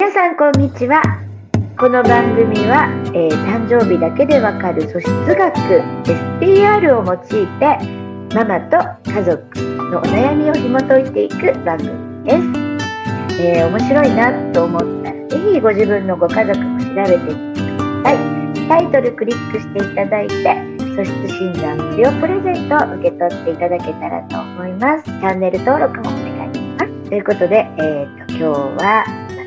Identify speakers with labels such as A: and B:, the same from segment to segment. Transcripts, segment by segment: A: 皆さんこんにちはこの番組は、えー誕生日だけでわかる素質学 SPR を用いてママと家族のお悩みを紐解いていく番組です、えー面白いなと思ったらぜひご自分のご家族も調べてみてくださいタイトルクリックしていただいて素質診断無料プレゼントを受け取っていただけたらと思いますチャンネル登録もお願いしますということで、えー、と今日は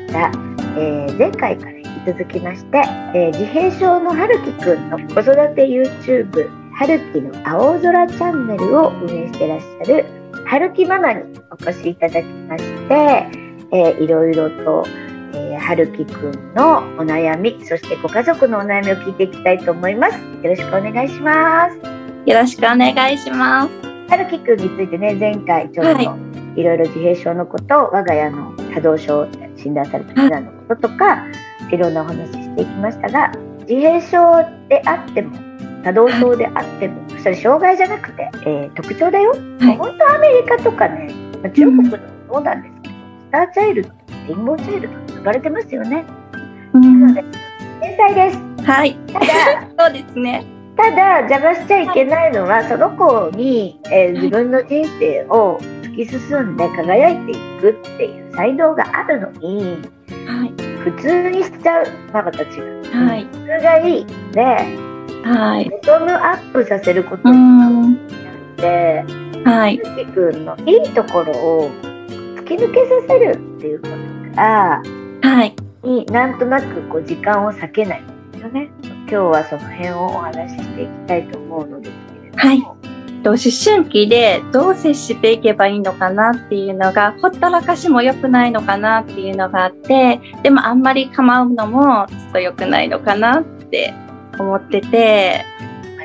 A: またえー前回から引き続きまして、えー自閉症のはるきくんの子育て YouTube はるきの青空チャンネルを運営してらっしゃるはるきママにお越しいただきまして、えーいろいろと、えーはるきくんのお悩みそしてご家族のお悩みを聞いていきたいと思いますよろしくお願いします
B: よろしくお願いします。
A: はるきくんについてね前回ちょっと、いろいろ自閉症のことを我が家の多動症って診断された避難のこととかいろんなお話ししていきましたが自閉症であっても多動症であってもそれ障害じゃなくて、えー特徴だよ、
B: はい
A: 本当アメリカとかね、まあ、中国でもそうなんですけど、スターチャイルドレインボーチャイルドって呼ばれてますよね天才です
B: はい、
A: ただ
B: そうですね。
A: ただ邪魔しちゃいけないのは、その子に、えー自分の人生を突き進んで輝いていくっていう才能があるのに
B: は
A: 普通にしちゃうママたちが
B: い、はい、
A: 普通がいいで
B: はい。
A: ボトムアップさせること
B: う
A: に
B: ん、
A: なって
B: はい、
A: ゆきくんのいいところを突き抜けさせるっていうことから
B: はい、
A: になんとなくこう時間を割けないんですよね今日はその辺をお話ししていきたいと思うのですけれども、
B: はいと思春期でどう接していけばいいのかなっていうのが、ほったらかしも良くないのかなっていうのがあって、でもあんまり構うのもちょっと良くないのかなって思ってて、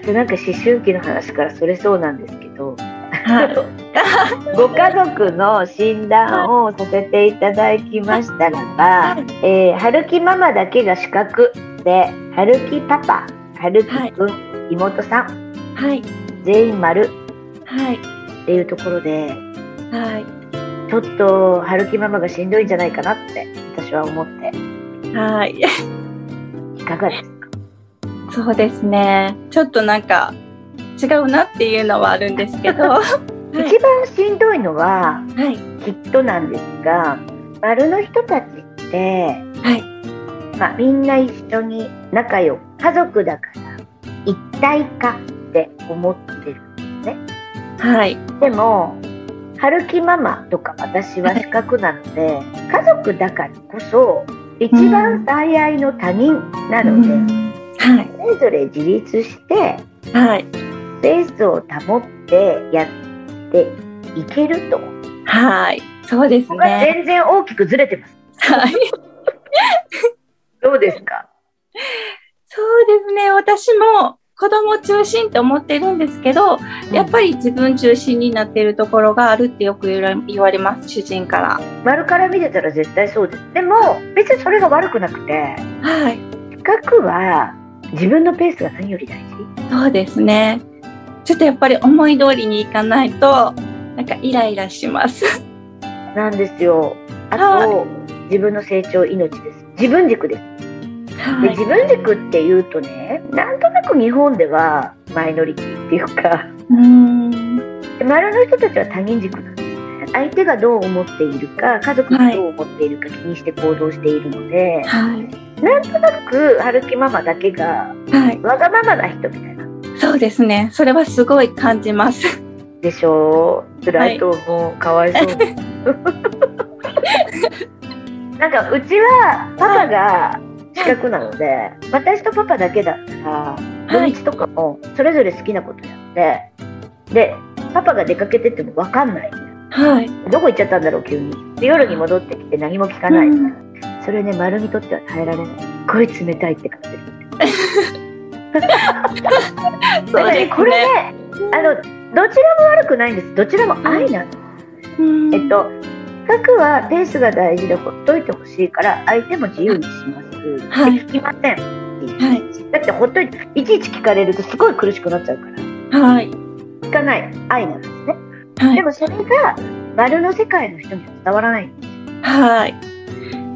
A: あとなんか思春期の話からそれそうなんですけど、
B: はい、
A: ご家族の診断をさせていただきましたらば、えー、はるきママだけが資格で、はるきパパ、はるきくん、妹さん、
B: はい、
A: 全員丸
B: はい、
A: っていうところで、
B: はい。
A: ちょっとはるきママがしんどいんじゃないかなって私は思って、
B: はい
A: いかがですか
B: そうですね。ちょっとなんか違うなっていうのはあるんですけど。 は
A: 一番しんどいのは、
B: い。はい。
A: きっとなんですが、丸の人たちって、
B: はい。
A: まあ、みんな一緒に仲良く家族だから一体化って思ってる
B: はい。
A: でも春樹ママとか私は資格なので家族だからこそ一番最愛の他人なので、
B: はい。
A: それぞれ自立して
B: はい。
A: スペースを保ってやっていけると、
B: はい。そうです
A: ここが
B: ね。
A: 全然大きくずれてます
B: はい。
A: どうですか
B: そうですね。私も子供中心と思ってるんですけど、やっぱり自分中心になってるところがあるってよく言われ言われます、主人から。
A: 丸から見てたら絶対そうですでも別にそれが悪くなくて
B: はい。
A: 比較は自分のペースが何より大事
B: そうですね。ちょっとやっぱり思い通りにいかないと、なんかイライラします。
A: なんですよあと、
B: は
A: 自分の成長命です自分軸です、
B: は
A: で自分軸っていうとねなんとなく日本ではマイノリティっていうか
B: うーん。
A: で丸の人たちは他人軸なんですね相手がどう思っているか家族がどう思っているか気にして行動しているので、
B: はい。
A: なんとなく春樹ママだけが
B: はい。
A: わがままな人みたいな
B: そうですね。それはすごい感じます。
A: でしょう辛いと思う、かわい そうになんかうちはパパが近くなので、私とパパだけだったら
B: は
A: 土
B: い。
A: 日とかもそれぞれ好きなことやってでパパが出かけてっても分かんない
B: はい。
A: どこ行っちゃったんだろう急にで夜に戻ってきて何も聞かない、
B: うん
A: それね丸にとっては耐えられないすっごい冷たいって感じる
B: そうですね
A: これねあのどちらも悪くないんですどちらも愛なんです、
B: うん
A: えっと核はペースが大事でほっといてほしいから相手も自由にします、
B: はい
A: で聞きません、
B: はい。
A: だってほっといていちいち聞かれるとすごい苦しくなっちゃうから
B: はい。
A: 聞かない愛なんですね、
B: は
A: で
B: い。
A: もそれが丸の世界の人には伝わらない
B: はい。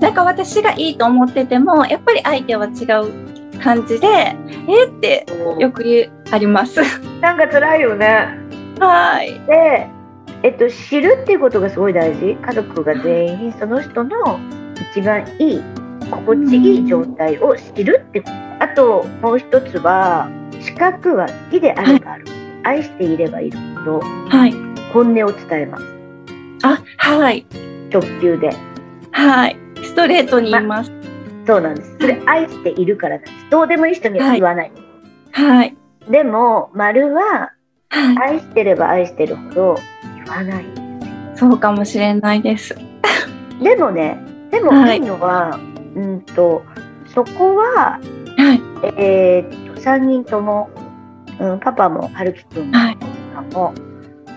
B: なんか私がいいと思っててもやっぱり相手は違う感じでえってよく言うあります
A: なんか辛いよね。
B: はい
A: で、えっと、知るっていうことがすごい大事。家族が全員その人の一番いい、心地いい状態を知るってこと。あと、もう一つは、資格は好きであればある。愛していればいるほど、
B: はい
A: 本音を伝えます。
B: あはい
A: 直球で。
B: はいストレートに言います、
A: そうなんです。それ、愛しているからなんです。どうでもいい人には言わない。
B: はい
A: でも、丸は、
B: はい
A: 愛してれば愛してるほど言わない。
B: そうかもしれないです
A: でもね、でも
B: は
A: い
B: い
A: いのは、うんと、そこは、
B: はい
A: えーっと、3人とも、うん、パパも、はるきくん
B: はい
A: も、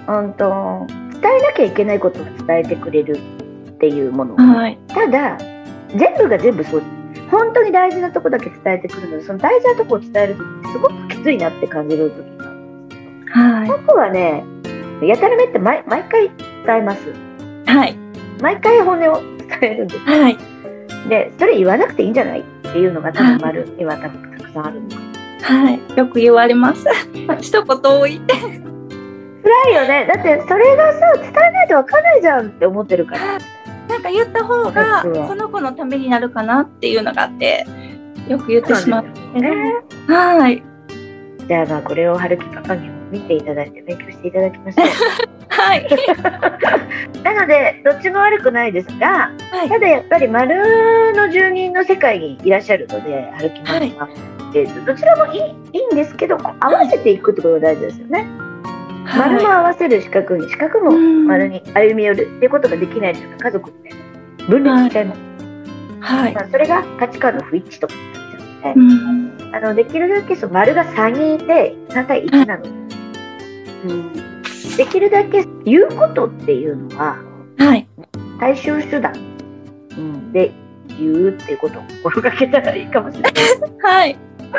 A: うんと、伝えなきゃいけないことを伝えてくれるっていうもの。
B: はい
A: ただ、全部が全部そう本当に大事なとこだけ伝えてくるので、その大事なとこを伝えるのってすごくきついなって感じる時がある。
B: は
A: 僕はね、やたらめって毎毎回伝えます。
B: いはい
A: 毎回本音を伝えるんです。
B: はい
A: でそれ言わなくていいんじゃないっていうのが多分丸には多分たくさんあるの
B: はいよく言われます 一言多い って
A: 辛いよねだってそれがさ伝えないと分かんないじゃんって思ってるから
B: なんか言った方が
A: そうです
B: この子のためになるかなっていうのがあってよく言ってしまう
A: ね
B: はい
A: じゃあまあこれを春樹パパにも見ていただいて勉強していただきましょ う
B: はい
A: なのでどっちも悪くないですが
B: はい
A: ただやっぱり丸の住人の世界にいらっしゃるので春樹ママは、えーとどちらもいいいいんですけどこう合わせていくってことが大事ですよね、丸も合わせる四角に四角も丸に歩み寄るっていうことができないというか家族って分裂しちゃいます
B: はい
A: まあそれが価値観の不一致とかになっちゃうので、
B: うん
A: あのできるだけその丸が3人いて3対1なの、うん、できるだけ言うことっていうのは
B: はい
A: 最終手段うんで言うっていうことを心がけたらいいかもしれない
B: はい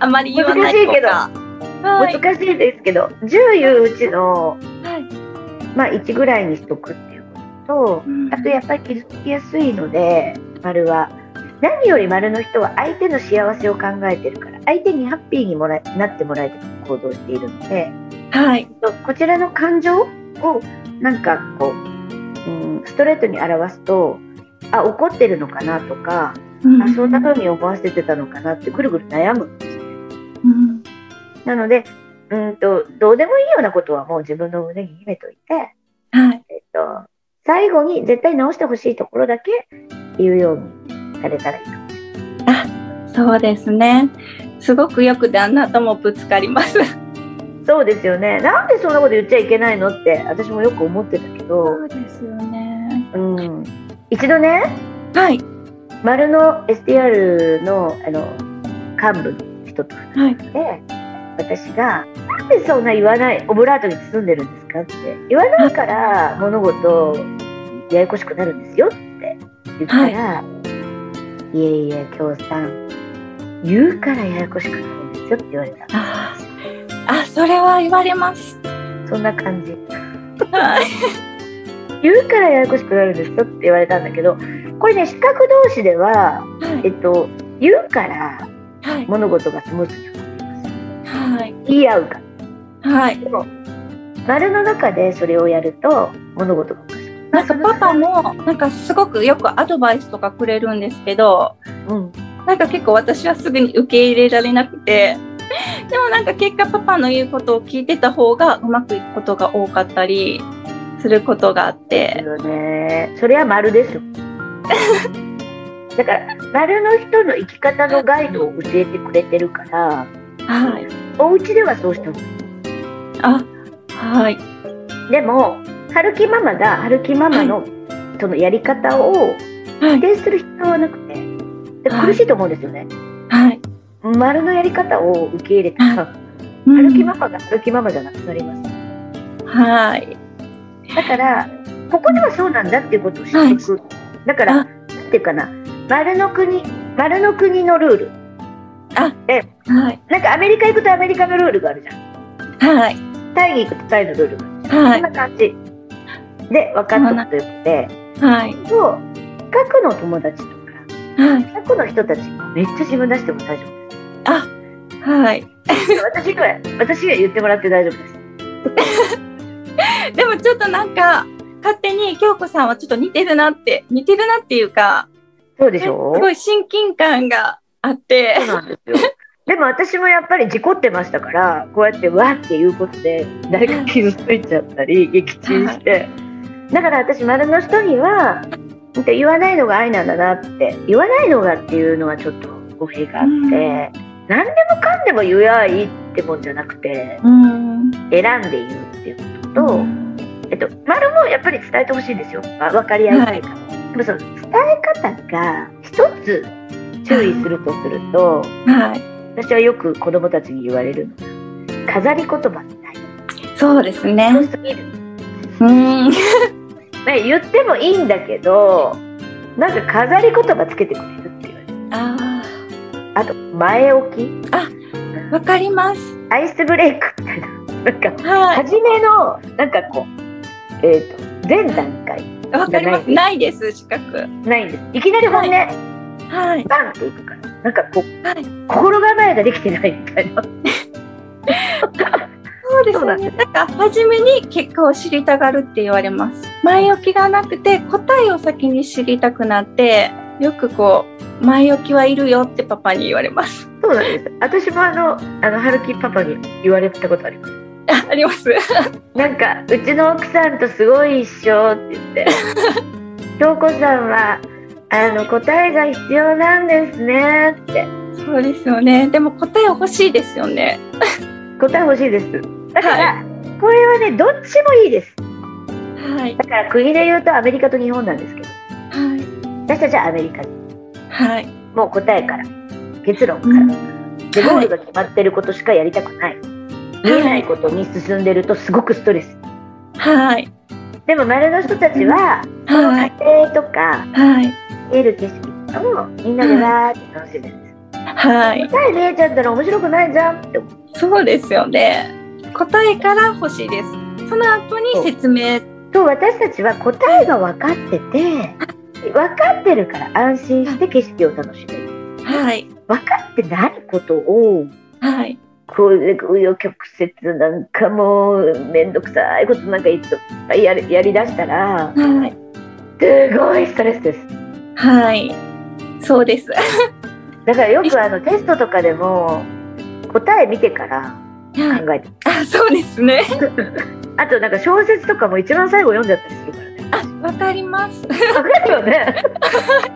B: あまり言わない
A: 難しいけど
B: はい
A: 難しいですけど10言ううちの、
B: はい
A: まあ、1ぐらいにしとくっていうこととあとやっぱり傷つきやすいので丸は何より丸の人は相手の幸せを考えてるから相手にハッピーにもらえなってもらえて行動しているので
B: はい
A: こちらの感情をなんかこう、うん、ストレートに表すとあ怒ってるのかなとか、あそんな風に思わせてたのかなってぐるぐる悩むんですね
B: うん
A: なのでうんとどうでもいいようなことはもう自分の胸に秘めといて。
B: はい
A: えっと、最後に絶対直してほしいところだけ言うようにされたらいいかも
B: そうですねすごくよく旦那ともぶつかります
A: そうですよねなんでそんなこと言っちゃいけないのって私もよく思ってたけど、
B: うですよね
A: うん、一度ね
B: はい
A: 丸の STR のあの幹部の人と
B: は
A: 話
B: い
A: して、私が「なんでそんな言わないオブラートに包んでるんですか?」って「言わないから物事ややこしくなるんですよ」って言ったら「い、えいえ京さん言うからややこしくなるんですよ」って言われた
B: ああそれは言われます
A: そんな感じ
B: はい
A: 言うからややこしくなるんですよって言われたんだけどこれね視覚同士では
B: はい
A: えっと言うから
B: はい
A: 物事がスムーズに運びます
B: はい
A: 言い合うから。
B: はい
A: でも丸の中でそれをやると物事がおかしくな
B: な
A: る
B: んかパパもなんかすごくよくアドバイスとかくれるんですけど
A: うん、
B: なんか結構私はすぐに受け入れられなくて、でもなんか結果パパの言うことを聞いてた方がうまくいくことが多かったりすることがあっ
A: だ
B: て、
A: よねそれは丸ですよだから丸の人の生き方のガイドを教えてくれてるから
B: はい。
A: お家ではそうした方がい
B: あ、はい。
A: いでも春樹ママが春樹ママのそのやり方を
B: は
A: 否
B: い。
A: 定する必要はなくてで
B: はい
A: 苦しいと思うんですよね、
B: はい。
A: 丸のやり方を受け入れたら
B: うん
A: 春樹ママが春樹ママじゃなくなります
B: はい。
A: だからここではそうなんだっていうことを知っていく、だからな
B: あ
A: んていうかな丸の国丸の国のルール
B: はい。
A: なんかアメリカ行くとアメリカのルールがあるじゃん
B: はい。
A: タイに行くとタイのルールがあるじゃん、
B: は
A: そん
B: い。
A: な感じで分かっとくということで
B: はい。
A: そう学の友達とか
B: はい。
A: 学の人たちめっちゃ自分出しても大丈夫
B: はい。
A: です私が私が言ってもらって大丈夫です
B: でもちょっとなんか、勝手に京子さんはちょっと似てるなって、似てるなっていうか、
A: そうでし
B: す
A: ょ
B: ごい親近感があって
A: そう、なんですよ。でも私もやっぱり事故ってましたからこうやってわーっていうことで誰か傷ついちゃったり撃沈してだから私丸の人には本当言わないのが愛なんだなって言わないのがっていうのはちょっと語弊があって、
B: うん
A: 何でもかんでも言えばいいってもんじゃなくて
B: うん。
A: 選んで言うっていうことと、えっと、丸もやっぱり伝えてほしいんですよ分かり合うというか、でもその伝え方が一つ注意するとすると。
B: はい。
A: 私はよく子供たちに言われるのが飾り言葉ってない
B: そうです
A: 強
B: ね。
A: すぎる、
B: う
A: ね、
B: ん。
A: 言ってもいいんだけどなんか飾り言葉つけてくれるって言われる
B: あ
A: あと前置き
B: あ、わかります。
A: アイスブレイクみたいななんか
B: は
A: 初めのなんかこうえっ、と前段階
B: い。わかります。ないです、資格。
A: ないんですいきなり本音、
B: はい。
A: バンっていくからなんかこう
B: はい。
A: 心構えができてないみたいな
B: そうで
A: そ
B: す
A: うなん
B: ね。なんか初めに結果を知りたがるって言われます。前置きがなくて答えを先に知りたくなって、よくこう前置きはいるよってパパに言われます。
A: そうなんです私もあのあの春樹パパに言われたことあります
B: ああります。
A: なんかうちの奥さんとすごい一緒って言って 京子さんはあの答えが必要なんですねって
B: そうですよね。でも答え欲しいですよね。
A: 答え欲しいですだから、これはねどっちもいいです
B: はい
A: だから国で言うとアメリカと日本なんですけど
B: はい
A: 私たちはアメリカ
B: はい。
A: もう答えから結論か
B: う
A: ら、
B: ん
A: でゴールが決まってることしかやりたくない、見えないことに進んでるとすごくストレス
B: はい
A: でも丸の人たちは、その
B: はい
A: 家庭とか
B: はい
A: 見える景色とかもみんなでわーって楽しんでる
B: はい。
A: 答え見えちゃったら面白くないじゃんって思う
B: そうですよね。答えから欲しいです。その後に説明。
A: と私たちは答えが分かってて分かってるから安心して景色を楽しめる
B: はい
A: 分かってないことを
B: はい
A: こういう紆余曲折なんかもう面倒くさいことなんかいっぱいやりやりだしたら
B: はい
A: すごいストレスです
B: はい。そうです。
A: だからよくあのテストとかでも答え見てから
B: はい。
A: 考えて
B: あ、そうですね。
A: あとなんか小説とかも一番最後読んじゃったりするからね
B: わかります。
A: わかるよね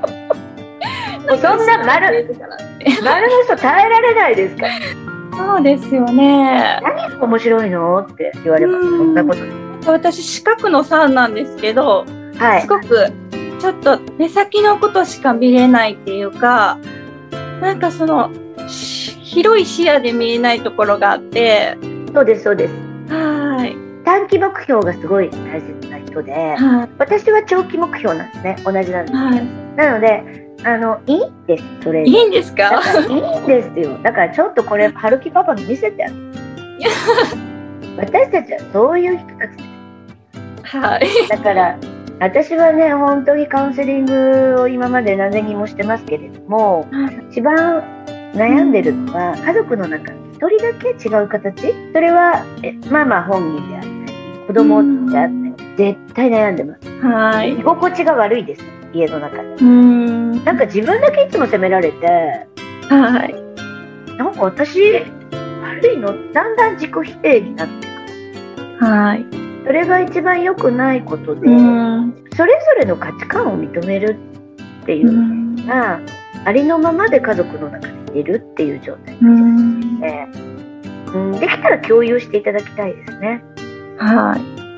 A: もうそんな丸周りの人耐えられないですから
B: そうですよね。
A: 何が面白いのって言われます
B: うん
A: そんなこと
B: 私四角の3なんですけど、
A: はい
B: すごくちょっと目先のことしか見れないっていうか、なんかそのし広い視野で見えないところがあって、
A: そうですそうです
B: はい
A: 短期目標がすごい大切な人で
B: はい
A: 私は長期目標なんですね同じなんです
B: は
A: なのであのいいんですそれ
B: い。いいんです
A: だ
B: か？
A: からいいんですよだからちょっとこれ春樹パパに見せてあげ る私たちはそういう人たち
B: はい
A: だから私はね本当にカウンセリングを今まで何千人もしてますけれども一番悩んでるのは、家族の中に一人だけ違う形それはえまあまあ本人であったり子供であったり絶対悩んでます
B: はい。
A: 居心地が悪いです家の中で
B: うーん
A: なんか自分だけいつも責められて
B: はい
A: なんか私悪いのだんだん自己否定になって
B: はい。
A: それが一番良くないことで、
B: うーん
A: それぞれの価値観を認めるっていううんのが、ありのままで家族の中にいるっていう状態
B: うーん
A: えーうん、できたら共有していただきたいですね。
B: は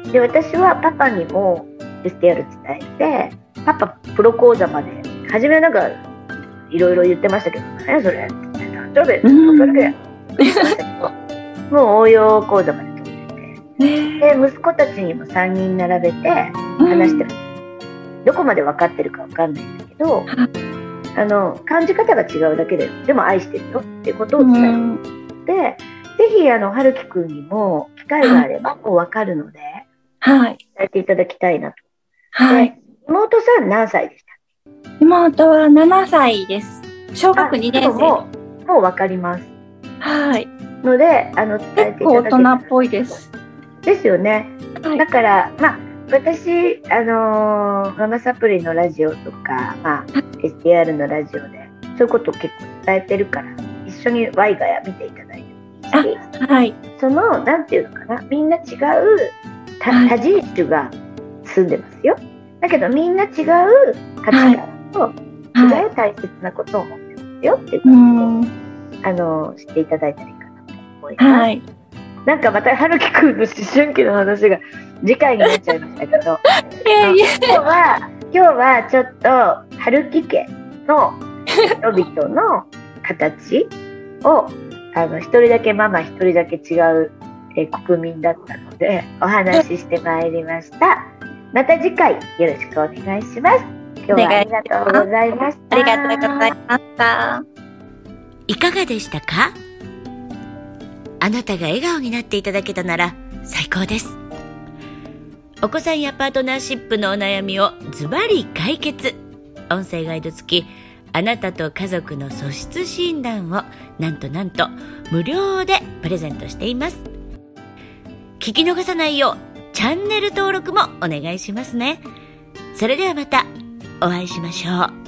B: い
A: で私はパパにも STR 伝えてパパプロ講座まで初めはなんかいろいろ言ってましたけどねそれって誕生日
B: うん
A: それでもう応用講座まで取ってて
B: ね
A: で息子たちにも3人並べて話してる、どこまで分かってるか分かんないんだけどあの感じ方が違うだけででも愛してるよっていうことを
B: う
A: 伝えて
B: ん
A: で、ぜひあの春樹くんにも機会があればもうわかるので
B: は
A: 伝
B: い。
A: えていただきたいなと。
B: はい。
A: で妹さん何歳でし
B: 妹は7歳です。小学2
A: あで
B: 年
A: も
B: 生。
A: もうもう分かります
B: はい。
A: のであの伝え
B: 結
A: ていただ
B: 構大
A: け
B: 人っぽいです。
A: ですよね
B: はい
A: だ。から、まあ、私、あのーママサプリのラジオとか、まあ、STR のラジオで、そういうことを結構伝えてるから、一緒にワイガヤ見ていただいてもいいし、
B: はい。
A: その、なんていうのかな、みんな違うた
B: はい
A: 多人種が住んでますよ。だけど、みんな違う価値観と、
B: はい。
A: 違う大切なことを持ってますよっていう
B: う
A: 感
B: ん。
A: じで、あのーしていただいたらいいかなと思います。
B: はい。
A: なんかまた、春樹くんの思春期の話が、次回になっちゃいましたけど、
B: いえいえ。
A: 今日は今日はちょっと春木家の人々の形をあの一人だけママ一人だけ違う、えー国民だったのでお話ししてまいりましたまた次回よろしくお願いします今日はありがとうございました
B: ありがとうございました。
C: いかがでしたかあなたが笑顔になっていただけたなら最高です。お子さんやパートナーシップのお悩みをズバリ解決。音声ガイド付き、あなたと家族の素質診断をなんとなんと無料でプレゼントしています。聞き逃さないようチャンネル登録もお願いしますね。それではまたお会いしましょう。